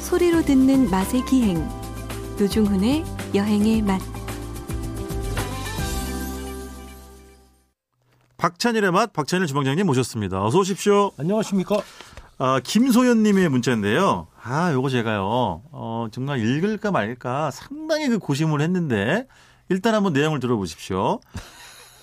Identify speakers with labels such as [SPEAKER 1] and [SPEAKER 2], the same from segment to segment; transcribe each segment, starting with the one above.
[SPEAKER 1] 소리로 듣는 맛의 기행 노중훈의 여행의 맛
[SPEAKER 2] 박찬일의 맛 박찬일 주방장님 모셨습니다. 어서 오십시오.
[SPEAKER 3] 안녕하십니까?
[SPEAKER 2] 아, 김소연님의 문자인데요. 아, 요거 제가요. 어, 정말 읽을까 말까 상당히 그 고심을 했는데 일단 한번 내용을 들어보십시오.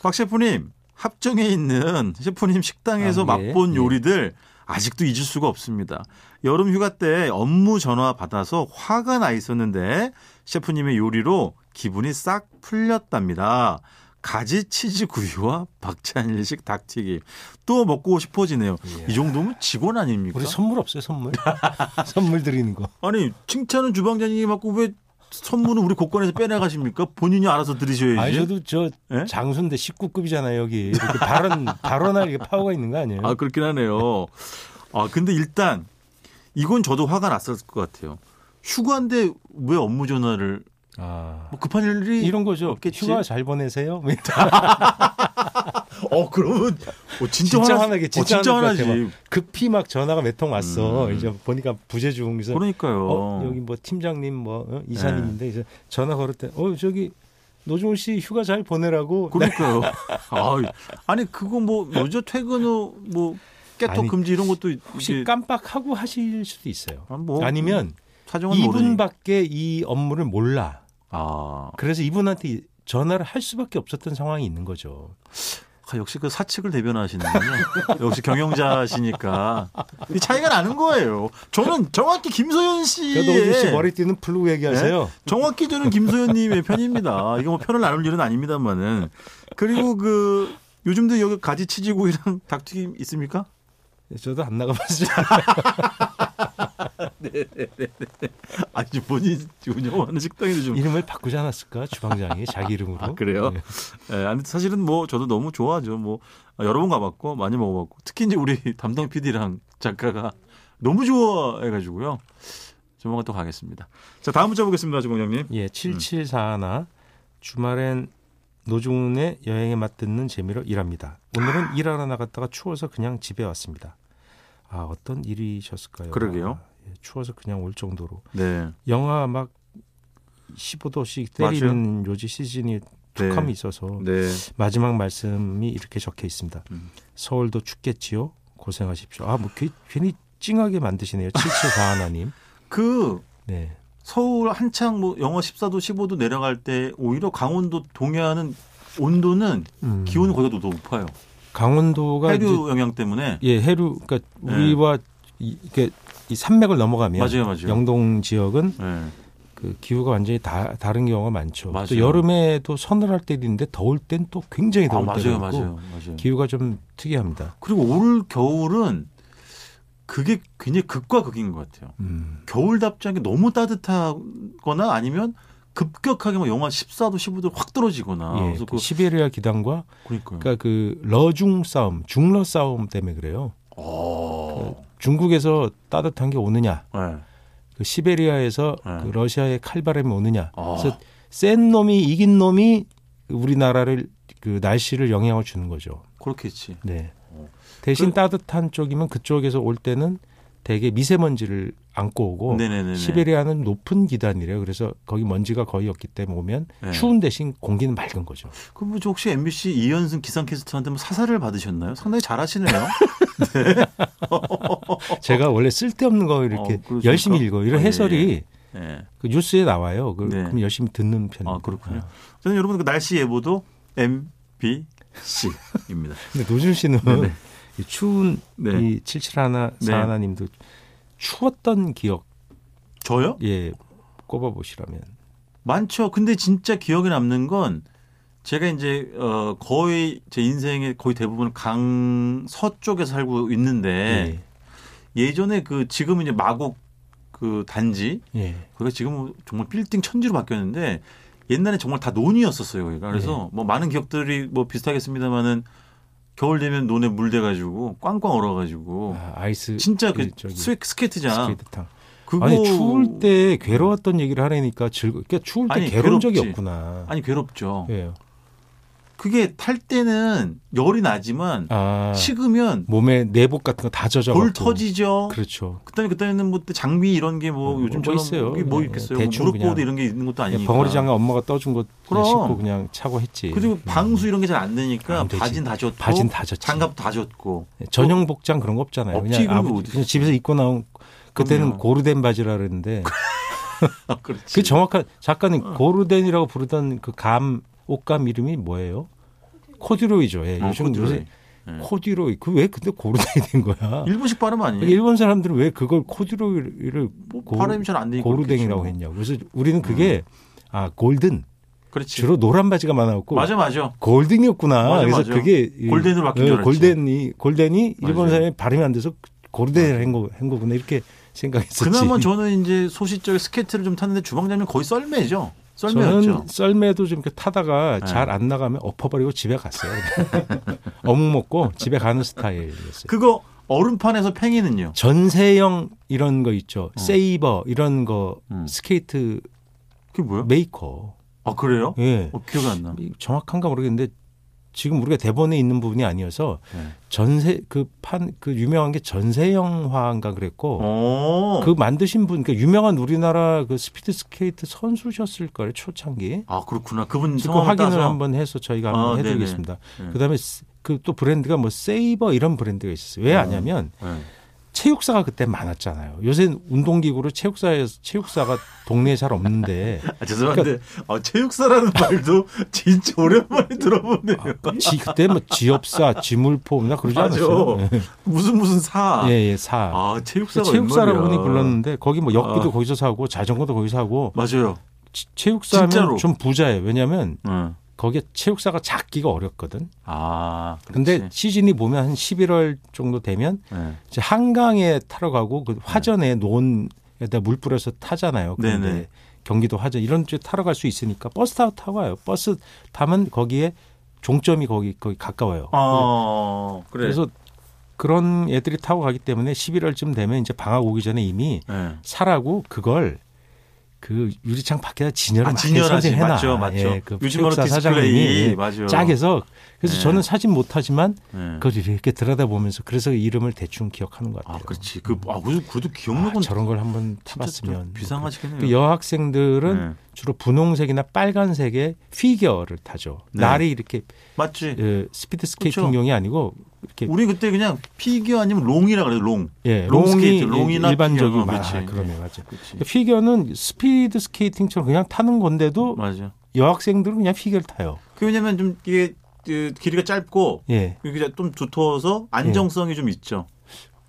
[SPEAKER 2] 박 셰프님 합정에 있는 셰프님 식당에서
[SPEAKER 3] 아, 예,
[SPEAKER 2] 맛본
[SPEAKER 3] 예.
[SPEAKER 2] 요리들 아직도 잊을 수가 없습니다. 여름 휴가 때 업무 전화 받아서 화가 나 있었는데 셰프님의 요리로 기분이 싹 풀렸답니다. 가지 치즈 구이와 박찬일식 닭튀김 또 먹고 싶어지네요. 이 정도면 직원 아닙니까?
[SPEAKER 3] 예. 우리 선물 없어요, 선물. 선물 드리는 거.
[SPEAKER 2] 아니 칭찬은 주방장님이 맞고 왜 선물은 우리 고권에서 빼내가십니까? 본인이 알아서 들으셔야지.
[SPEAKER 3] 아니, 저도 저
[SPEAKER 2] 예?
[SPEAKER 3] 장수인데 19급이잖아요, 여기. 이렇게 발언, 발언할 이게 파워가 있는 거 아니에요?
[SPEAKER 2] 아 그렇긴 하네요. 아 근데 일단 이건 저도 화가 났을 것 같아요. 휴가인데 왜 업무 전화를
[SPEAKER 3] 아.
[SPEAKER 2] 뭐 급한 일이
[SPEAKER 3] 이런 거죠.
[SPEAKER 2] 없겠지?
[SPEAKER 3] 휴가 잘 보내세요.
[SPEAKER 2] 어 그러면 어, 진짜,
[SPEAKER 3] 진짜
[SPEAKER 2] 화나-
[SPEAKER 3] 화나게,
[SPEAKER 2] 어,
[SPEAKER 3] 진짜 화날 것 같아,
[SPEAKER 2] 화나지.
[SPEAKER 3] 급히 막 전화가 몇 통 왔어.
[SPEAKER 2] 음.
[SPEAKER 3] 이제 보니까 부재중에서
[SPEAKER 2] 그러니까요. 예.
[SPEAKER 3] 어, 여기 뭐 팀장님 뭐 어? 이사님인데 이제 전화 걸을 때 어, 저기 노종훈 씨 휴가 잘 보내라고
[SPEAKER 2] 그러니까요. 아, 니 그거 뭐 여자 퇴근 후 뭐 깨톡
[SPEAKER 3] 아니,
[SPEAKER 2] 금지 이런 것도
[SPEAKER 3] 혹시
[SPEAKER 2] 이게
[SPEAKER 3] 깜빡하고 하실 수도 있어요.
[SPEAKER 2] 아, 뭐,
[SPEAKER 3] 아니면
[SPEAKER 2] 사정은 모르니.
[SPEAKER 3] 이분밖에 이 업무를 몰라.
[SPEAKER 2] 아
[SPEAKER 3] 그래서 이분한테 전화를 할 수밖에 없었던 상황이 있는 거죠.
[SPEAKER 2] 아, 역시 그 사측을 대변하시는군요. 역시 경영자시니까 이 차이가 나는 거예요. 저는 정확히 김소연 씨의
[SPEAKER 3] 그래도 오준 씨 그러니까 머리띠는 블루 얘기하세요.
[SPEAKER 2] 네? 정확히 저는 김소연님의 편입니다. 이거 뭐 편을 나눌 일은 아닙니다만은 그리고 그 요즘도 여기 가지 치즈구이랑 닭튀김 있습니까?
[SPEAKER 3] 네? 저도 안 나가봤어요.
[SPEAKER 2] 아니 본인 운영하는 식당에도 좀
[SPEAKER 3] 이름을 바꾸지 않았을까? 주방장이 자기 이름으로.
[SPEAKER 2] 아, 그래요?
[SPEAKER 3] 네.
[SPEAKER 2] 예, 아니 사실은 뭐 저도 너무 좋아하죠. 뭐 여러 번 가봤고 많이 먹어봤고 특히 이제 우리 담당 PD랑 작가가 너무 좋아해가지고요. 조만간 또 가겠습니다. 자 다음 문자 보겠습니다, 주방장님.
[SPEAKER 3] 예, 7741 주말엔 노중훈의 여행의 맛 듣는 재미로 일합니다. 오늘은 일하러 나갔다가 추워서 그냥 집에 왔습니다. 아, 어떤 일이셨을까요?
[SPEAKER 2] 그러게요.
[SPEAKER 3] 아, 예, 추워서 그냥 올 정도로.
[SPEAKER 2] 네,
[SPEAKER 3] 영하 막 15도씩 때리는 요지 시즌이 툭함이
[SPEAKER 2] 네.
[SPEAKER 3] 있어서
[SPEAKER 2] 네.
[SPEAKER 3] 마지막 말씀이 이렇게 적혀 있습니다.
[SPEAKER 2] 음.
[SPEAKER 3] 서울도 춥겠지요. 고생하십시오. 아, 뭐 괜히, 괜히 찡하게 만드시네요. 7741 하나님.
[SPEAKER 2] 그
[SPEAKER 3] 네.
[SPEAKER 2] 서울 한창 뭐 영하 14도, 15도 내려갈 때 오히려 강원도 동해안은 온도는
[SPEAKER 3] 음.
[SPEAKER 2] 기온이 거기가 더 높아요.
[SPEAKER 3] 강원도가
[SPEAKER 2] 해류
[SPEAKER 3] 이제-
[SPEAKER 2] 영향 때문에
[SPEAKER 3] 예, 해류 그러니까
[SPEAKER 2] 네.
[SPEAKER 3] 우리와 이, 이렇게 이 산맥을 넘어가면
[SPEAKER 2] 맞아요, 맞아요.
[SPEAKER 3] 영동 지역은
[SPEAKER 2] 네.
[SPEAKER 3] 그 기후가 완전히 다, 다른 경우가 많죠.
[SPEAKER 2] 맞아요.
[SPEAKER 3] 또 여름에도 서늘할 때도 있는데 더울 땐 또 굉장히
[SPEAKER 2] 아,
[SPEAKER 3] 더울 때도
[SPEAKER 2] 맞아요,
[SPEAKER 3] 있고
[SPEAKER 2] 맞아요, 맞아요.
[SPEAKER 3] 기후가 좀 특이합니다.
[SPEAKER 2] 그리고 올 겨울은 그게 굉장히 극과 극인 것 같아요.
[SPEAKER 3] 음.
[SPEAKER 2] 겨울답지 않게 너무 따뜻하거나 아니면 급격하게 막 영하 14도, 15도 확 떨어지거나.
[SPEAKER 3] 예,
[SPEAKER 2] 그래서
[SPEAKER 3] 그
[SPEAKER 2] 그,
[SPEAKER 3] 시베리아 기단과
[SPEAKER 2] 그러니까요.
[SPEAKER 3] 그러니까 그 러중 싸움, 중러 싸움 때문에 그래요. 그
[SPEAKER 2] 어.
[SPEAKER 3] 중국에서 따뜻한 게 오느냐,
[SPEAKER 2] 네.
[SPEAKER 3] 그 시베리아에서
[SPEAKER 2] 네.
[SPEAKER 3] 그 러시아의 칼바람이 오느냐.
[SPEAKER 2] 아.
[SPEAKER 3] 그래서 센 놈이 이긴 놈이 우리나라를 그 날씨를 영향을 주는 거죠.
[SPEAKER 2] 그렇겠지.
[SPEAKER 3] 네.
[SPEAKER 2] 어.
[SPEAKER 3] 대신
[SPEAKER 2] 그-
[SPEAKER 3] 따뜻한 쪽이면 그쪽에서 올 때는 되게 미세먼지를 안고 오고
[SPEAKER 2] 네네네.
[SPEAKER 3] 시베리아는 높은 기단이래요. 그래서 거기 먼지가 거의 없기 때문에 오면
[SPEAKER 2] 네.
[SPEAKER 3] 추운 대신 공기는 맑은 거죠.
[SPEAKER 2] 그럼 저 혹시 MBC 이현승 기상캐스터한테 뭐 사사를 받으셨나요? 상당히 잘하시네요.
[SPEAKER 3] 제가 원래 쓸데없는 거 이렇게
[SPEAKER 2] 어, 그러십니까?
[SPEAKER 3] 열심히 읽어요. 이런
[SPEAKER 2] 아, 예,
[SPEAKER 3] 해설이
[SPEAKER 2] 네.
[SPEAKER 3] 그 뉴스에 나와요. 그,
[SPEAKER 2] 네.
[SPEAKER 3] 럼 열심히 듣는 편입니다.
[SPEAKER 2] 아, 그렇군요. 저는 여러분 그 날씨 예보도 MBC입니다.
[SPEAKER 3] 근데 노준 씨는
[SPEAKER 2] 네네.
[SPEAKER 3] 이 추운
[SPEAKER 2] 네.
[SPEAKER 3] 이 칠칠하나
[SPEAKER 2] 네.
[SPEAKER 3] 사하나님도 추웠던 기억
[SPEAKER 2] 저요?
[SPEAKER 3] 예 꼽아 보시라면
[SPEAKER 2] 많죠. 근데 진짜 기억에 남는 건 제가 이제 어 거의 제 인생의 거의 대부분 강서 쪽에 살고
[SPEAKER 3] 네.
[SPEAKER 2] 있는데 예. 전에그 지금 이제 마곡 그 단지
[SPEAKER 3] 예. 예.
[SPEAKER 2] 거기가 지금 정말 빌딩 천지로 바뀌었는데 옛날에 정말 다 논이었었어요. 거기가. 그래서
[SPEAKER 3] 네.
[SPEAKER 2] 뭐 많은 기억들이 뭐 비슷하겠습니다만은 겨울 되면 논에 물대 가지고 꽝꽝 얼어 가지고
[SPEAKER 3] 아, 아이스
[SPEAKER 2] 진짜 그
[SPEAKER 3] 저기
[SPEAKER 2] 스웨- 스케이트장
[SPEAKER 3] 스케이트탕
[SPEAKER 2] 그거
[SPEAKER 3] 아니 추울 때 괴로웠던 얘기를 하려니까 즐거 그러니까 추울 때
[SPEAKER 2] 아니, 어.
[SPEAKER 3] 괴로운 적이
[SPEAKER 2] 괴롭지.
[SPEAKER 3] 없구나
[SPEAKER 2] 아니 괴롭죠.
[SPEAKER 3] 예
[SPEAKER 2] 그게 탈 때는 열이 나지만
[SPEAKER 3] 아,
[SPEAKER 2] 식으면
[SPEAKER 3] 몸에 내복 같은 거 다 젖어.
[SPEAKER 2] 돌 터지죠.
[SPEAKER 3] 그렇죠.
[SPEAKER 2] 그다음에 그때는 뭐 장미 이런 게 뭐
[SPEAKER 3] 뭐
[SPEAKER 2] 요즘처럼
[SPEAKER 3] 있어요.
[SPEAKER 2] 이게 뭐
[SPEAKER 3] 네,
[SPEAKER 2] 있겠어요?
[SPEAKER 3] 대충
[SPEAKER 2] 무릎 보호대 이런
[SPEAKER 3] 그냥.
[SPEAKER 2] 게 있는 것도
[SPEAKER 3] 그냥
[SPEAKER 2] 아니니까.
[SPEAKER 3] 벙어리 장갑 엄마가 떠준 거
[SPEAKER 2] 그럼.
[SPEAKER 3] 그냥 신고 그냥 차고 했지.
[SPEAKER 2] 그리고 방수 이런 게 잘 안 되니까
[SPEAKER 3] 안 되지.
[SPEAKER 2] 바진 다 줬고
[SPEAKER 3] 바진 다 젖지. 네,
[SPEAKER 2] 장갑 다 줬고
[SPEAKER 3] 전용 복장 그런 거 없잖아요.
[SPEAKER 2] 없지,
[SPEAKER 3] 그냥,
[SPEAKER 2] 그런 거
[SPEAKER 3] 아버지-
[SPEAKER 2] 어디
[SPEAKER 3] 그냥 집에서 입고 나온 그때는
[SPEAKER 2] 그럼요.
[SPEAKER 3] 고르덴 바지라 그랬는데
[SPEAKER 2] 아, 그렇지.
[SPEAKER 3] 그 정확한 작가는
[SPEAKER 2] 어.
[SPEAKER 3] 고르덴이라고 부르던 그 감 옷감 이름이 뭐예요? 코듀로이죠. 예,
[SPEAKER 2] 어,
[SPEAKER 3] 요즘
[SPEAKER 2] 코듀로이. 네.
[SPEAKER 3] 요새
[SPEAKER 2] 예.
[SPEAKER 3] 코듀로이 그 왜 근데 고르덴이 된 거야? 그러니까
[SPEAKER 2] 일본식 발음 아니에요?
[SPEAKER 3] 일본 사람들은 왜 그걸 코듀로이를
[SPEAKER 2] 뭐
[SPEAKER 3] 고-
[SPEAKER 2] 발음이 잘 안 되니까
[SPEAKER 3] 고르덴이라고
[SPEAKER 2] 그렇겠지.
[SPEAKER 3] 했냐고. 그래서 우리는 그게 아 골든
[SPEAKER 2] 음. 그렇지.
[SPEAKER 3] 주로 노란 바지가 많았고
[SPEAKER 2] 맞아 맞아.
[SPEAKER 3] 골든이었구나.
[SPEAKER 2] 맞아,
[SPEAKER 3] 그래서
[SPEAKER 2] 맞아.
[SPEAKER 3] 그게 이- 예,
[SPEAKER 2] 골덴으로 바뀐 줄 알았지.
[SPEAKER 3] 골덴이 골덴이 일본
[SPEAKER 2] 맞아요.
[SPEAKER 3] 사람이 발음이 안 돼서 고르덴을 한, 거, 한 거구나 이렇게 생각했었지.
[SPEAKER 2] 그나마 저는 이제 소시적에 스케이트를 좀 탔는데 주방장면 거의 썰매죠. 썰매였죠.
[SPEAKER 3] 저는 썰매도 좀 이렇게 타다가
[SPEAKER 2] 네.
[SPEAKER 3] 잘 안 나가면 엎어버리고 집에 갔어요. 어묵 먹고 집에 가는 스타일이었어요.
[SPEAKER 2] 그거 얼음판에서 팽이는요.
[SPEAKER 3] 전세형 이런 거 있죠.
[SPEAKER 2] 어.
[SPEAKER 3] 세이버 이런 거
[SPEAKER 2] 음.
[SPEAKER 3] 스케이트
[SPEAKER 2] 그게 뭐야?
[SPEAKER 3] 네. 메이커.
[SPEAKER 2] 아 그래요?
[SPEAKER 3] 예.
[SPEAKER 2] 어, 기억이 안 나.
[SPEAKER 3] 이 정확한가 모르겠는데 지금 우리가 대본에 있는 부분이 아니어서
[SPEAKER 2] 네.
[SPEAKER 3] 전세 그 판 그 유명한 게 전세형화인가 그랬고
[SPEAKER 2] 어.
[SPEAKER 3] 그 만드신 분, 그러니까 유명한 우리나라 그 스피드 스케이트 선수셨을 거예요 초창기.
[SPEAKER 2] 아 그렇구나. 그분
[SPEAKER 3] 그
[SPEAKER 2] 성함
[SPEAKER 3] 확인을
[SPEAKER 2] 따서
[SPEAKER 3] 한번 해서 저희가
[SPEAKER 2] 아,
[SPEAKER 3] 한번
[SPEAKER 2] 네네.
[SPEAKER 3] 해드리겠습니다.
[SPEAKER 2] 네.
[SPEAKER 3] 그다음에 그 또 브랜드가 뭐 세이버 이런 브랜드가 있었어요. 왜 아냐면
[SPEAKER 2] 네.
[SPEAKER 3] 체육사가 그때 많았잖아요. 요새 는 운동기구로 체육사에 체육사가 동네에 잘 없는데
[SPEAKER 2] 아, 죄송한데
[SPEAKER 3] 그러니까
[SPEAKER 2] 어, 체육사라는 말도 진짜 오랜만에 들어보네요.
[SPEAKER 3] 지, 그때 뭐 지업사, 지물포나 아, 그러지
[SPEAKER 2] 맞아.
[SPEAKER 3] 않았어요. 네.
[SPEAKER 2] 무슨 무슨 사.
[SPEAKER 3] 예, 예, 사.
[SPEAKER 2] 아 체육사가
[SPEAKER 3] 체육사라고
[SPEAKER 2] 웬
[SPEAKER 3] 분이
[SPEAKER 2] 말이야.
[SPEAKER 3] 불렀는데 거기 뭐 역기도
[SPEAKER 2] 아.
[SPEAKER 3] 거기서 사고 자전거도 거기서 하고
[SPEAKER 2] 맞아요.
[SPEAKER 3] 치- 체육사면
[SPEAKER 2] 진짜로.
[SPEAKER 3] 좀 부자예요. 왜냐하면
[SPEAKER 2] 응.
[SPEAKER 3] 거기에 체육사가 작기가 어렵거든.
[SPEAKER 2] 아. 그렇지.
[SPEAKER 3] 근데 그 시즌이 보면 한 11월 정도 되면
[SPEAKER 2] 네.
[SPEAKER 3] 이제 한강에 타러 가고 그 화전에 논에다 물 뿌려서 타잖아요. 근데
[SPEAKER 2] 네네.
[SPEAKER 3] 경기도 화전 이런 데 타러 갈 수 있으니까 버스 타고 타고 와요. 버스 타면 거기에 종점이 거기 거기 가까워요.
[SPEAKER 2] 아 그래.
[SPEAKER 3] 그래서 그런 애들이 타고 가기 때문에 11월쯤 되면 이제 방학 오기 전에 이미
[SPEAKER 2] 네.
[SPEAKER 3] 사라고 그걸 그 유리창 밖에다 진열을
[SPEAKER 2] 아,
[SPEAKER 3] 많이
[SPEAKER 2] 진열하지
[SPEAKER 3] 선정해놔.
[SPEAKER 2] 맞죠, 맞죠.
[SPEAKER 3] 예, 그
[SPEAKER 2] 유치마루
[SPEAKER 3] 체육사 사장님이
[SPEAKER 2] 디스플레이 맞아요.
[SPEAKER 3] 짝에서 그래서
[SPEAKER 2] 네.
[SPEAKER 3] 저는 사진 못하지만
[SPEAKER 2] 네.
[SPEAKER 3] 그걸 이렇게 들여다보면서 그래서 이름을 대충 기억하는 것
[SPEAKER 2] 아
[SPEAKER 3] 같아요.
[SPEAKER 2] 그렇지. 그 아, 그래도 그래도
[SPEAKER 3] 아,
[SPEAKER 2] 기억력은
[SPEAKER 3] 저런 걸 한번
[SPEAKER 2] 진짜 좀
[SPEAKER 3] 타봤으면
[SPEAKER 2] 비상하시겠네요.
[SPEAKER 3] 그 여학생들은
[SPEAKER 2] 네.
[SPEAKER 3] 주로 분홍색이나 빨간색의 피겨를 타죠.
[SPEAKER 2] 네. 그렇죠.
[SPEAKER 3] 날이 이렇게
[SPEAKER 2] 맞지.
[SPEAKER 3] 예, 스피드 스케이팅용이 아니고 이렇게
[SPEAKER 2] 우리 그때 그냥 피겨 아니면 롱이라 그래요. 롱.
[SPEAKER 3] 예,
[SPEAKER 2] 롱
[SPEAKER 3] 롱이
[SPEAKER 2] 스케이트, 롱이나
[SPEAKER 3] 일반적인
[SPEAKER 2] 피겨.
[SPEAKER 3] 말
[SPEAKER 2] 그렇지.
[SPEAKER 3] 아, 그러네 맞아.
[SPEAKER 2] 그렇지.
[SPEAKER 3] 피겨는 스피드 스케이팅처럼 그냥 타는 건데도
[SPEAKER 2] 맞아.
[SPEAKER 3] 여학생들은 그냥 피겨를 타요.
[SPEAKER 2] 그 왜냐면 좀 이게 그 길이가 짧고
[SPEAKER 3] 예,
[SPEAKER 2] 이게 좀 두터워서 안정성이 좀 있죠.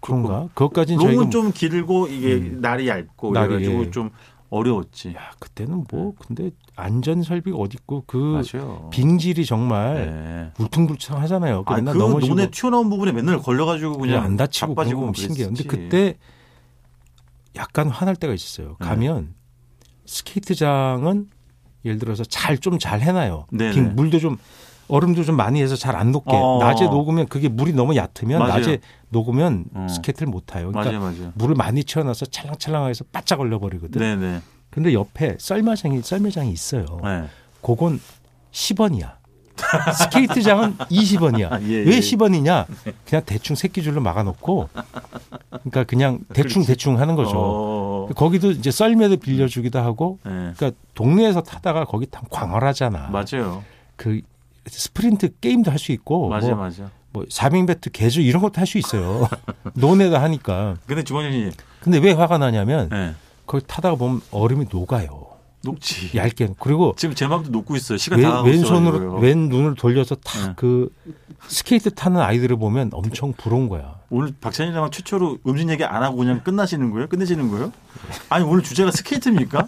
[SPEAKER 3] 그런가? 그것까지는 예. 저희가
[SPEAKER 2] 롱은 좀 길고 이게
[SPEAKER 3] 음.
[SPEAKER 2] 날이 얇고
[SPEAKER 3] 날이,
[SPEAKER 2] 그래가지고
[SPEAKER 3] 예.
[SPEAKER 2] 좀 어려웠지.
[SPEAKER 3] 야, 그때는 뭐 근데 안전 설비가 어디 있고 그
[SPEAKER 2] 네. 맞아요.
[SPEAKER 3] 빙질이 정말
[SPEAKER 2] 네. 아,
[SPEAKER 3] 울퉁불퉁하잖아요. 그
[SPEAKER 2] 그
[SPEAKER 3] 맨날 넘어지고
[SPEAKER 2] 논에 튀어나온 부분에 맨날 걸려가지고 그냥
[SPEAKER 3] 그냥 안 다치고 그런
[SPEAKER 2] 자빠지고
[SPEAKER 3] 거 신기해요. 근데
[SPEAKER 2] 그랬지.
[SPEAKER 3] 그때 약간 화날 때가 있었어요.
[SPEAKER 2] 네.
[SPEAKER 3] 가면 스케이트장은 예를 들어서 잘 좀 잘 해놔요.
[SPEAKER 2] 네네.
[SPEAKER 3] 빙, 물도 좀 얼음도 좀 많이 해서 잘 안 녹게.
[SPEAKER 2] 어.
[SPEAKER 3] 낮에 녹으면 그게 물이 너무 얕으면
[SPEAKER 2] 맞아요.
[SPEAKER 3] 낮에 녹으면
[SPEAKER 2] 어.
[SPEAKER 3] 스케이트를 못 타요. 그러니까
[SPEAKER 2] 맞아요, 맞아요.
[SPEAKER 3] 물을 많이 채워놔서 찰랑찰랑해서 바짝 얼려버리거든.
[SPEAKER 2] 네네.
[SPEAKER 3] 근데 옆에 썰매장이 썰매장이 있어요.
[SPEAKER 2] 네.
[SPEAKER 3] 그건 10원이야. 스케이트장은 20원이야.
[SPEAKER 2] 아, 예,
[SPEAKER 3] 왜
[SPEAKER 2] 예.
[SPEAKER 3] 10원이냐? 그냥 대충 새끼줄로 막아놓고, 그러니까 그냥 대충 대충 하는 거죠.
[SPEAKER 2] 어,
[SPEAKER 3] 거기도 이제 썰매도 빌려주기도 하고,
[SPEAKER 2] 네.
[SPEAKER 3] 그러니까 동네에서 타다가 거기 타면 광활하잖아.
[SPEAKER 2] 맞아요.
[SPEAKER 3] 그 스프린트 게임도 할 수 있고,
[SPEAKER 2] 맞아요,
[SPEAKER 3] 뭐,
[SPEAKER 2] 맞아요.
[SPEAKER 3] 뭐 사빙 배트 개조 이런 것도 할 수 있어요. 논에다 하니까.
[SPEAKER 2] 근데 주방장님,
[SPEAKER 3] 근데 왜 화가 나냐면
[SPEAKER 2] 네.
[SPEAKER 3] 거기 타다가 보면 얼음이 녹아요.
[SPEAKER 2] 녹지.
[SPEAKER 3] 얇게 그리고
[SPEAKER 2] 지금 제 마음도 녹고 있어요. 시간 다
[SPEAKER 3] 왼,
[SPEAKER 2] 가고
[SPEAKER 3] 왼손으로
[SPEAKER 2] 있어요.
[SPEAKER 3] 왼 눈을 돌려서
[SPEAKER 2] 네.
[SPEAKER 3] 탁 그 스케이트 타는 아이들을 보면 엄청 부러운 거야.
[SPEAKER 2] 오늘 박찬희랑 최초로 음식 얘기 안 하고 그냥 끝나시는 거예요? 끝내시는 거예요? 아니 오늘 주제가 스케이트입니까?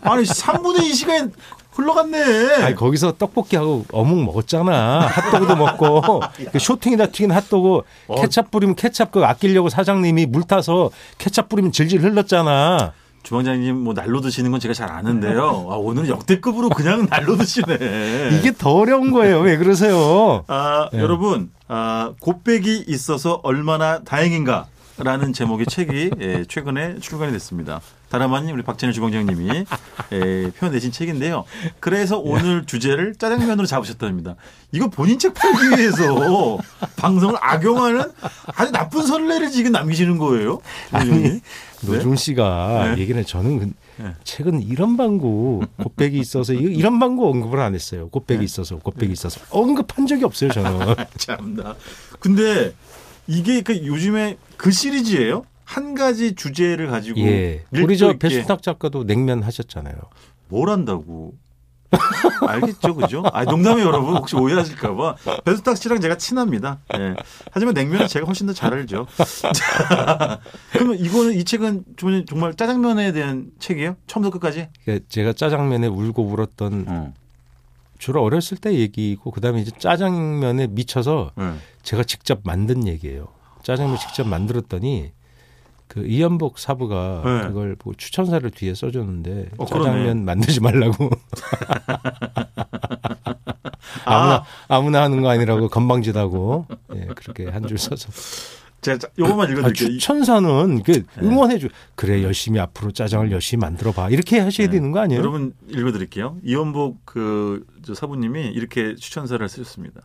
[SPEAKER 2] 아니 3분의 2 시간 흘러갔네.
[SPEAKER 3] 아니 거기서 떡볶이하고 어묵 먹었잖아. 핫도그도 먹고 그 쇼팅에다 튀긴 핫도그
[SPEAKER 2] 어.
[SPEAKER 3] 케찹 뿌리면 케찹 그 아끼려고 사장님이 물 타서 케찹 뿌리면 질질 흘렀잖아.
[SPEAKER 2] 주방장님 뭐 날로 드시는 건 제가 잘 아는데요. 아, 오늘 역대급으로 그냥 날로 드시네.
[SPEAKER 3] 이게 더 어려운 거예요. 왜 그러세요?
[SPEAKER 2] 아, 여러분 아, 곱빼기 있어서 얼마나 다행인가. 라는 제목의 책이 예, 최근에 출간이 됐습니다. 다라마님 우리 박진일 주방장님이 예, 표현되신 책인데요. 그래서
[SPEAKER 3] 예.
[SPEAKER 2] 오늘 주제를 짜장면으로 잡으셨답니다. 이거 본인 책 팔기 위해서 방송을 악용하는 아주 나쁜 선례를 지금 남기시는 거예요. 아니,
[SPEAKER 3] 노중 씨가
[SPEAKER 2] 네.
[SPEAKER 3] 얘기를 저는 그-
[SPEAKER 2] 네.
[SPEAKER 3] 최근 이런 방구 곱빼기 있어서 이거 이런 방구 언급을 안 했어요.
[SPEAKER 2] 네.
[SPEAKER 3] 곱빼기 있어서 곱빼기 있어서 언급한 적이 없어요. 저는
[SPEAKER 2] 참나. 근데 이게 그 요즘에 그 시리즈예요? 한 가지 주제를 가지고
[SPEAKER 3] 예
[SPEAKER 2] 음, 밀도
[SPEAKER 3] 우리 저
[SPEAKER 2] 있게
[SPEAKER 3] 배순탁 작가도 냉면 하셨잖아요.
[SPEAKER 2] 뭘 한다고? 알겠죠, 그죠? 아, 농담이 여러분 혹시 오해하실까봐 배수탁 씨랑 제가 친합니다. 예. 하지만 냉면은 제가 훨씬 더 잘 알죠. 자, 그러면 이거는 이 책은 좀- 정말 짜장면에 대한 책이에요? 처음부터 끝까지?
[SPEAKER 3] 그러니까 제가 짜장면에 울고 울었던 주로 어렸을 때 얘기고 그다음에 이제 짜장면에 미쳐서
[SPEAKER 2] 예.
[SPEAKER 3] 제가 직접 만든 얘기예요. 짜장면 직접 만들었더니 그 이연복 사부가
[SPEAKER 2] 네.
[SPEAKER 3] 그걸 보고 추천사를 뒤에 써줬는데
[SPEAKER 2] 어, 그러네.
[SPEAKER 3] 짜장면 만들지 말라고
[SPEAKER 2] 아,
[SPEAKER 3] 아무나 아무나 하는 거 아니라고 건방지다고 예, 그렇게 한 줄 써서
[SPEAKER 2] 제가 자- 요것만
[SPEAKER 3] 아,
[SPEAKER 2] 읽어드릴게요. 그러니까 이- 네.
[SPEAKER 3] 추천사는 그 응원해 줘 그래 열심히 앞으로 짜장을 열심히 만들어 봐 이렇게 하셔야
[SPEAKER 2] 네.
[SPEAKER 3] 되는 거 아니에요?
[SPEAKER 2] 여러분 읽어드릴게요. 이원복 그 저 사부님이 이렇게 추천사를 쓰셨습니다.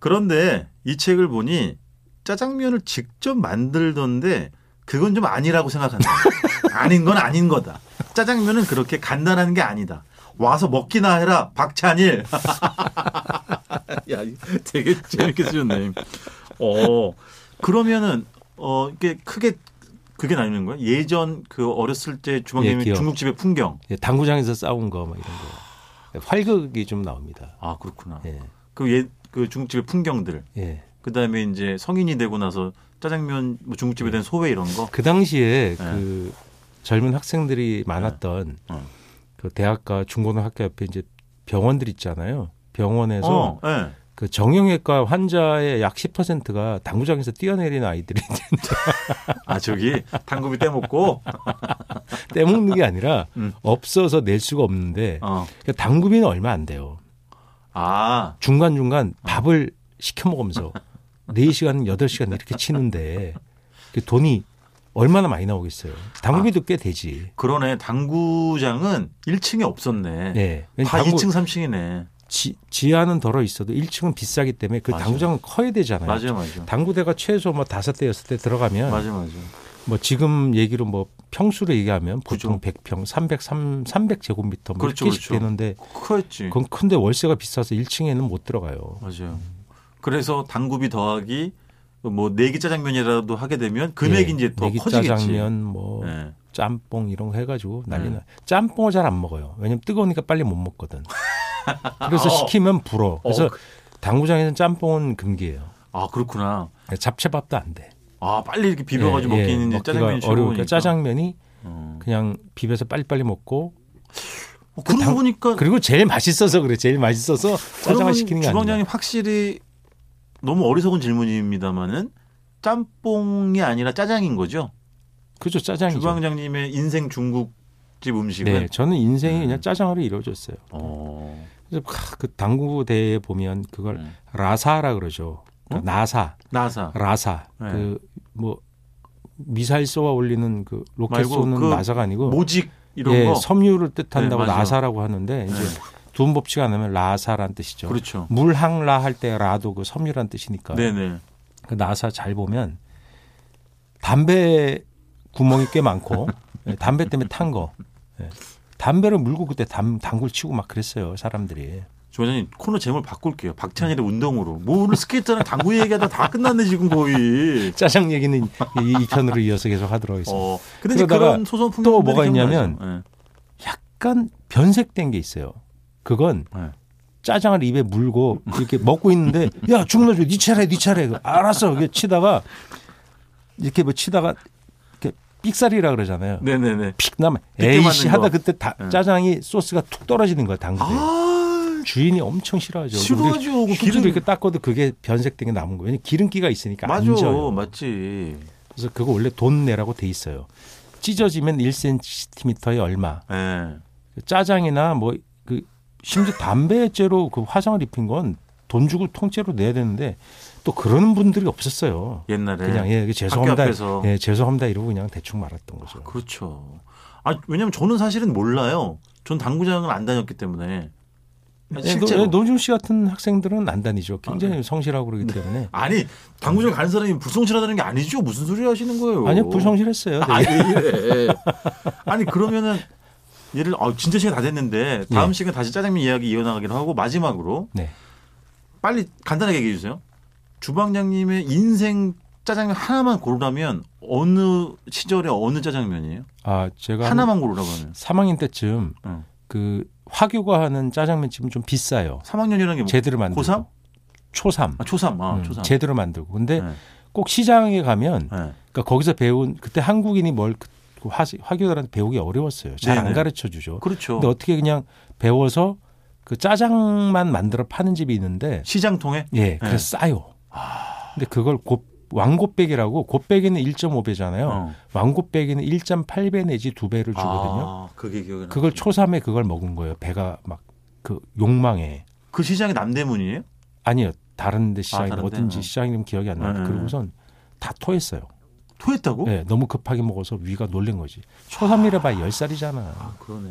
[SPEAKER 2] 그런데 이 책을 보니 짜장면을 직접 만들던데 그건 좀 아니라고 생각한다. 아닌 건 아닌 거다. 짜장면은 그렇게 간단한 게 아니다. 와서 먹기나 해라, 박찬일. 야, 되게 재밌게 쓰셨네. 어, 그러면은 어 이게 크게 그게 나뉘는 거예요? 예전 그 어렸을 때
[SPEAKER 3] 예,
[SPEAKER 2] 주방님이
[SPEAKER 3] 기억.
[SPEAKER 2] 중국집의 풍경.
[SPEAKER 3] 예, 당구장에서 싸운 거 막 이런 거 활극이 좀 나옵니다.
[SPEAKER 2] 아 그렇구나.
[SPEAKER 3] 예,
[SPEAKER 2] 그 옛 그 중국집의 풍경들.
[SPEAKER 3] 예.
[SPEAKER 2] 그 다음에 이제 성인이 되고 나서 짜장면 뭐 중국집에 대한 소회 이런 거.
[SPEAKER 3] 그
[SPEAKER 2] 네.
[SPEAKER 3] 당시에 그 젊은 학생들이 많았던
[SPEAKER 2] 어.
[SPEAKER 3] 그 대학가 중고등학교 옆에 이제 병원들 있잖아요. 병원에서
[SPEAKER 2] 어, 예.
[SPEAKER 3] 그 정형외과 환자의 약 10%가 당구장에서 뛰어내린 아이들이
[SPEAKER 2] 아 저기 당구비 떼먹고.
[SPEAKER 3] 네. 떼먹는 게 아니라
[SPEAKER 2] 음.
[SPEAKER 3] 없어서 낼 수가 없는데
[SPEAKER 2] 어.
[SPEAKER 3] 그러니까 당구비는 얼마 안 돼요.
[SPEAKER 2] 아
[SPEAKER 3] 중간중간 밥을 시켜 먹으면서 4시간, 8시간 이렇게 치는데 그 돈이 얼마나 많이 나오겠어요.
[SPEAKER 2] 아.
[SPEAKER 3] 당구비도 꽤 되지.
[SPEAKER 2] 그러네. 당구장은 1층에 없었네.
[SPEAKER 3] 네.
[SPEAKER 2] 다
[SPEAKER 3] 당구-
[SPEAKER 2] 2층 3층이네.
[SPEAKER 3] 지, 지하는 덜어 있어도 1층은 비싸기 때문에 그
[SPEAKER 2] 맞아요.
[SPEAKER 3] 당구장은 커야 되잖아요. 음.
[SPEAKER 2] 맞아요, 맞아요.
[SPEAKER 3] 당구대가 최소 뭐 다섯 대 여섯 대 들어가면
[SPEAKER 2] 맞아요, 맞아요.
[SPEAKER 3] 뭐 지금 얘기로 뭐 평수로 얘기하면 보통
[SPEAKER 2] 그죠.
[SPEAKER 3] 100평, 300, 3 300 제곱미터 뭐
[SPEAKER 2] 그렇죠,
[SPEAKER 3] 이렇게씩
[SPEAKER 2] 그렇죠.
[SPEAKER 3] 되는데
[SPEAKER 2] 커였지.
[SPEAKER 3] 그건 큰데 월세가 비싸서 1층에는 못 들어가요.
[SPEAKER 2] 맞아요. 그래서 당구비 더하기 뭐 네기 짜장면이라도 하게 되면 금액이
[SPEAKER 3] 예,
[SPEAKER 2] 이제 더
[SPEAKER 3] 내기
[SPEAKER 2] 커지겠지.
[SPEAKER 3] 짜장면 뭐
[SPEAKER 2] 예.
[SPEAKER 3] 짬뽕 이런 거 해가지고 난리
[SPEAKER 2] 음.
[SPEAKER 3] 나. 짬뽕을 잘 안 먹어요. 왜냐면 뜨거우니까 빨리 못 먹거든. 그래서 시키면 불어. 그래서
[SPEAKER 2] 어, 그-
[SPEAKER 3] 당구장에서는 짬뽕은 금기예요. 그러니까
[SPEAKER 2] 아 그렇구나.
[SPEAKER 3] 잡채밥도 안 돼.
[SPEAKER 2] 아 빨리 이렇게 비벼가지고
[SPEAKER 3] 예,
[SPEAKER 2] 먹기는
[SPEAKER 3] 예,
[SPEAKER 2] 이제 짜장면이
[SPEAKER 3] 먹기가 어려우니까
[SPEAKER 2] 최고니까.
[SPEAKER 3] 짜장면이
[SPEAKER 2] 어.
[SPEAKER 3] 그냥 비벼서 빨리빨리 먹고
[SPEAKER 2] 어, 그러고
[SPEAKER 3] 당-
[SPEAKER 2] 보니까
[SPEAKER 3] 그리고 제일 맛있어서 그래. 제일 맛있어서 짜장을
[SPEAKER 2] 그러면
[SPEAKER 3] 시키는 게 아니야.
[SPEAKER 2] 주방장이 확실히 너무 어리석은 질문입니다만은 짬뽕이 아니라 짜장인 거죠.
[SPEAKER 3] 그죠 짜장이죠.
[SPEAKER 2] 주방장님의 인생 중국집 음식은.
[SPEAKER 3] 네, 저는 인생이
[SPEAKER 2] 음.
[SPEAKER 3] 그냥 짜장으로 이루어졌어요.
[SPEAKER 2] 어.
[SPEAKER 3] 그래서 캬, 그 당구대에 보면 그걸
[SPEAKER 2] 음.
[SPEAKER 3] 라사라 그러죠. 그러니까 나사,
[SPEAKER 2] 나사
[SPEAKER 3] 라사.
[SPEAKER 2] 어? 네.
[SPEAKER 3] 그 뭐 미사일 쏘아 올리는 그 로켓
[SPEAKER 2] 말고
[SPEAKER 3] 쏘는
[SPEAKER 2] 그
[SPEAKER 3] 나사가 아니고
[SPEAKER 2] 모직 이런
[SPEAKER 3] 예,
[SPEAKER 2] 거.
[SPEAKER 3] 섬유를 뜻한다고
[SPEAKER 2] 네, 맞아요.
[SPEAKER 3] 나사라고 하는데 이제 두음 법칙 안 하면 라사란 뜻이죠.
[SPEAKER 2] 그렇죠.
[SPEAKER 3] 물항라 할 때 라도 그 섬유란 뜻이니까
[SPEAKER 2] 네네.
[SPEAKER 3] 그 나사 잘 보면 담배 구멍이 꽤 많고 예, 담배 때문에 탄 거. 예. 담배를 물고 그때 담, 당굴 치고 막 그랬어요 사람들이.
[SPEAKER 2] 주방장님 코너 제목을 바꿀게요. 박찬일의 운동으로. 뭐 오늘 스케이트랑 당구 얘기하다 다 끝났네 지금 거의.
[SPEAKER 3] 짜장 얘기는 이, 이 편으로 이어서 계속 하도록 하겠습니다.
[SPEAKER 2] 어. 근데 이제
[SPEAKER 3] 그러다가
[SPEAKER 2] 그런 소선 풍경
[SPEAKER 3] 또 뭐가 있냐면
[SPEAKER 2] 네.
[SPEAKER 3] 약간 변색된 게 있어요. 그건
[SPEAKER 2] 네.
[SPEAKER 3] 짜장을 입에 물고 이렇게 먹고 있는데 야 죽나줘 네 차례 네 차례 그거 알았어 이렇게 치다가 이렇게 뭐 치다가 이렇게 삑살이라 그러잖아요.
[SPEAKER 2] 네네네.
[SPEAKER 3] 픽 나면
[SPEAKER 2] 늦게 맞는
[SPEAKER 3] 에이씨 하다
[SPEAKER 2] 거.
[SPEAKER 3] 그때 다-
[SPEAKER 2] 응.
[SPEAKER 3] 짜장이 소스가 툭 떨어지는 거야 당근에.
[SPEAKER 2] 아
[SPEAKER 3] 주인이 엄청 싫어하죠.
[SPEAKER 2] 싫어하죠. 그
[SPEAKER 3] 기름
[SPEAKER 2] 기름-
[SPEAKER 3] 이렇게 닦아도 그게 변색된 게 남은 거예요. 왜냐면 기름기가 있으니까
[SPEAKER 2] 맞아
[SPEAKER 3] 안 져요.
[SPEAKER 2] 맞지.
[SPEAKER 3] 그래서 그거 원래 돈 내라고 돼 있어요. 찢어지면 1cm에 얼마.
[SPEAKER 2] 예.
[SPEAKER 3] 그 짜장이나 뭐 그 심지어 담배째로 그 화상을 입힌 건 돈 주고 통째로 내야 되는데 또 그러는 분들이 없었어요.
[SPEAKER 2] 옛날에
[SPEAKER 3] 그냥 예,
[SPEAKER 2] 네. 학교
[SPEAKER 3] 죄송합니다.
[SPEAKER 2] 앞에서.
[SPEAKER 3] 예, 죄송합니다 이러고 그냥 대충 말았던 거죠.
[SPEAKER 2] 그렇죠. 아 왜냐면 저는 사실은 몰라요. 전 당구장을 안 다녔기 때문에 아니,
[SPEAKER 3] 예,
[SPEAKER 2] 실제로
[SPEAKER 3] 노- 노중 씨 같은 학생들은 안 다니죠. 굉장히
[SPEAKER 2] 아,
[SPEAKER 3] 성실하고 그러기 때문에.
[SPEAKER 2] 아니 당구장 가는 사람이 불성실하다는 게 아니죠. 무슨 소리 하시는 거예요?
[SPEAKER 3] 아니요, 불성실했어요. 네. 되게.
[SPEAKER 2] 아니 예. 아니 그러면은 예를 아 진짜 시간 다 됐는데 다음
[SPEAKER 3] 예.
[SPEAKER 2] 시간 다시 짜장면 이야기 이어나가기로 하고 마지막으로
[SPEAKER 3] 네.
[SPEAKER 2] 빨리 간단하게 얘기해 주세요. 주방장님의 인생 짜장면 하나만 고르라면 어느 시절에 어느 짜장면이에요?
[SPEAKER 3] 아, 제가 한
[SPEAKER 2] 하나만 어. 고르라고 하면
[SPEAKER 3] 3학년 때쯤
[SPEAKER 2] 응.
[SPEAKER 3] 그 화교가 하는 짜장면 집은 좀 비싸요.
[SPEAKER 2] 3학년이라는 게 뭐?
[SPEAKER 3] 제대로 만들고.
[SPEAKER 2] 고삼?
[SPEAKER 3] 초삼.
[SPEAKER 2] 아, 초삼, 아,
[SPEAKER 3] 음,
[SPEAKER 2] 초삼.
[SPEAKER 3] 제대로 만들고. 근데
[SPEAKER 2] 네.
[SPEAKER 3] 꼭 시장에 가면
[SPEAKER 2] 네.
[SPEAKER 3] 그러니까 거기서 배운 그때 한국인이 뭘 그- 그 화- 화교들한테 배우기 어려웠어요. 잘 안
[SPEAKER 2] 네네.
[SPEAKER 3] 가르쳐 주죠.
[SPEAKER 2] 그렇죠.
[SPEAKER 3] 뭐 근데 어떻게 그냥 배워서 그 짜장만 만들어 파는 집이 있는데
[SPEAKER 2] 시장 통해?
[SPEAKER 3] 예,
[SPEAKER 2] 네.
[SPEAKER 3] 그래서
[SPEAKER 2] 아.
[SPEAKER 3] 싸요. 근데 그걸 곱 왕곱빼기라고 곱빼기는 1.5배잖아요.
[SPEAKER 2] 어.
[SPEAKER 3] 왕곱빼기는 1.8배 내지 2배를 주거든요.
[SPEAKER 2] 아, 그게 기억이 나.
[SPEAKER 3] 그걸 초삼에 그걸 먹은 거예요. 배가 막 그 욕망에
[SPEAKER 2] 그 시장이 남대문이에요?
[SPEAKER 3] 아니요 다른 데 시장이
[SPEAKER 2] 다른 데?
[SPEAKER 3] 어딘지
[SPEAKER 2] 음.
[SPEAKER 3] 시장이 좀 기억이 안 나는데
[SPEAKER 2] 음.
[SPEAKER 3] 그러고선 다 토했어요.
[SPEAKER 2] 토했다고?
[SPEAKER 3] 네, 너무 급하게 먹어서 위가 놀란 거지. 초삼이라 봐야 10살이잖아.
[SPEAKER 2] 아, 그러네.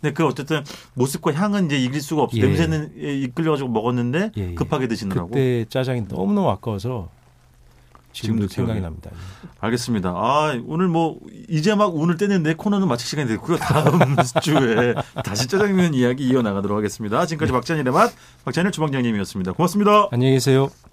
[SPEAKER 2] 근데 그 어쨌든 모습과 향은 이제 이길 수가 없어.
[SPEAKER 3] 예.
[SPEAKER 2] 냄새는 예, 이끌려가지고 먹었는데
[SPEAKER 3] 예, 예.
[SPEAKER 2] 급하게 음, 드시느라고.
[SPEAKER 3] 그때 짜장이 너무너무 아까워서 지금도
[SPEAKER 2] 지금도 기억이
[SPEAKER 3] 생각이 납니다.
[SPEAKER 2] 알겠습니다. 아, 오늘 뭐 이제 막 운을 떼는데 코너는 마칠 시간이 됐고요. 다음 주에 다시 짜장면 이야기 이어나가도록 하겠습니다. 지금까지 박찬일의 맛, 박찬일 주방장님이었습니다. 고맙습니다.
[SPEAKER 3] 안녕히 계세요.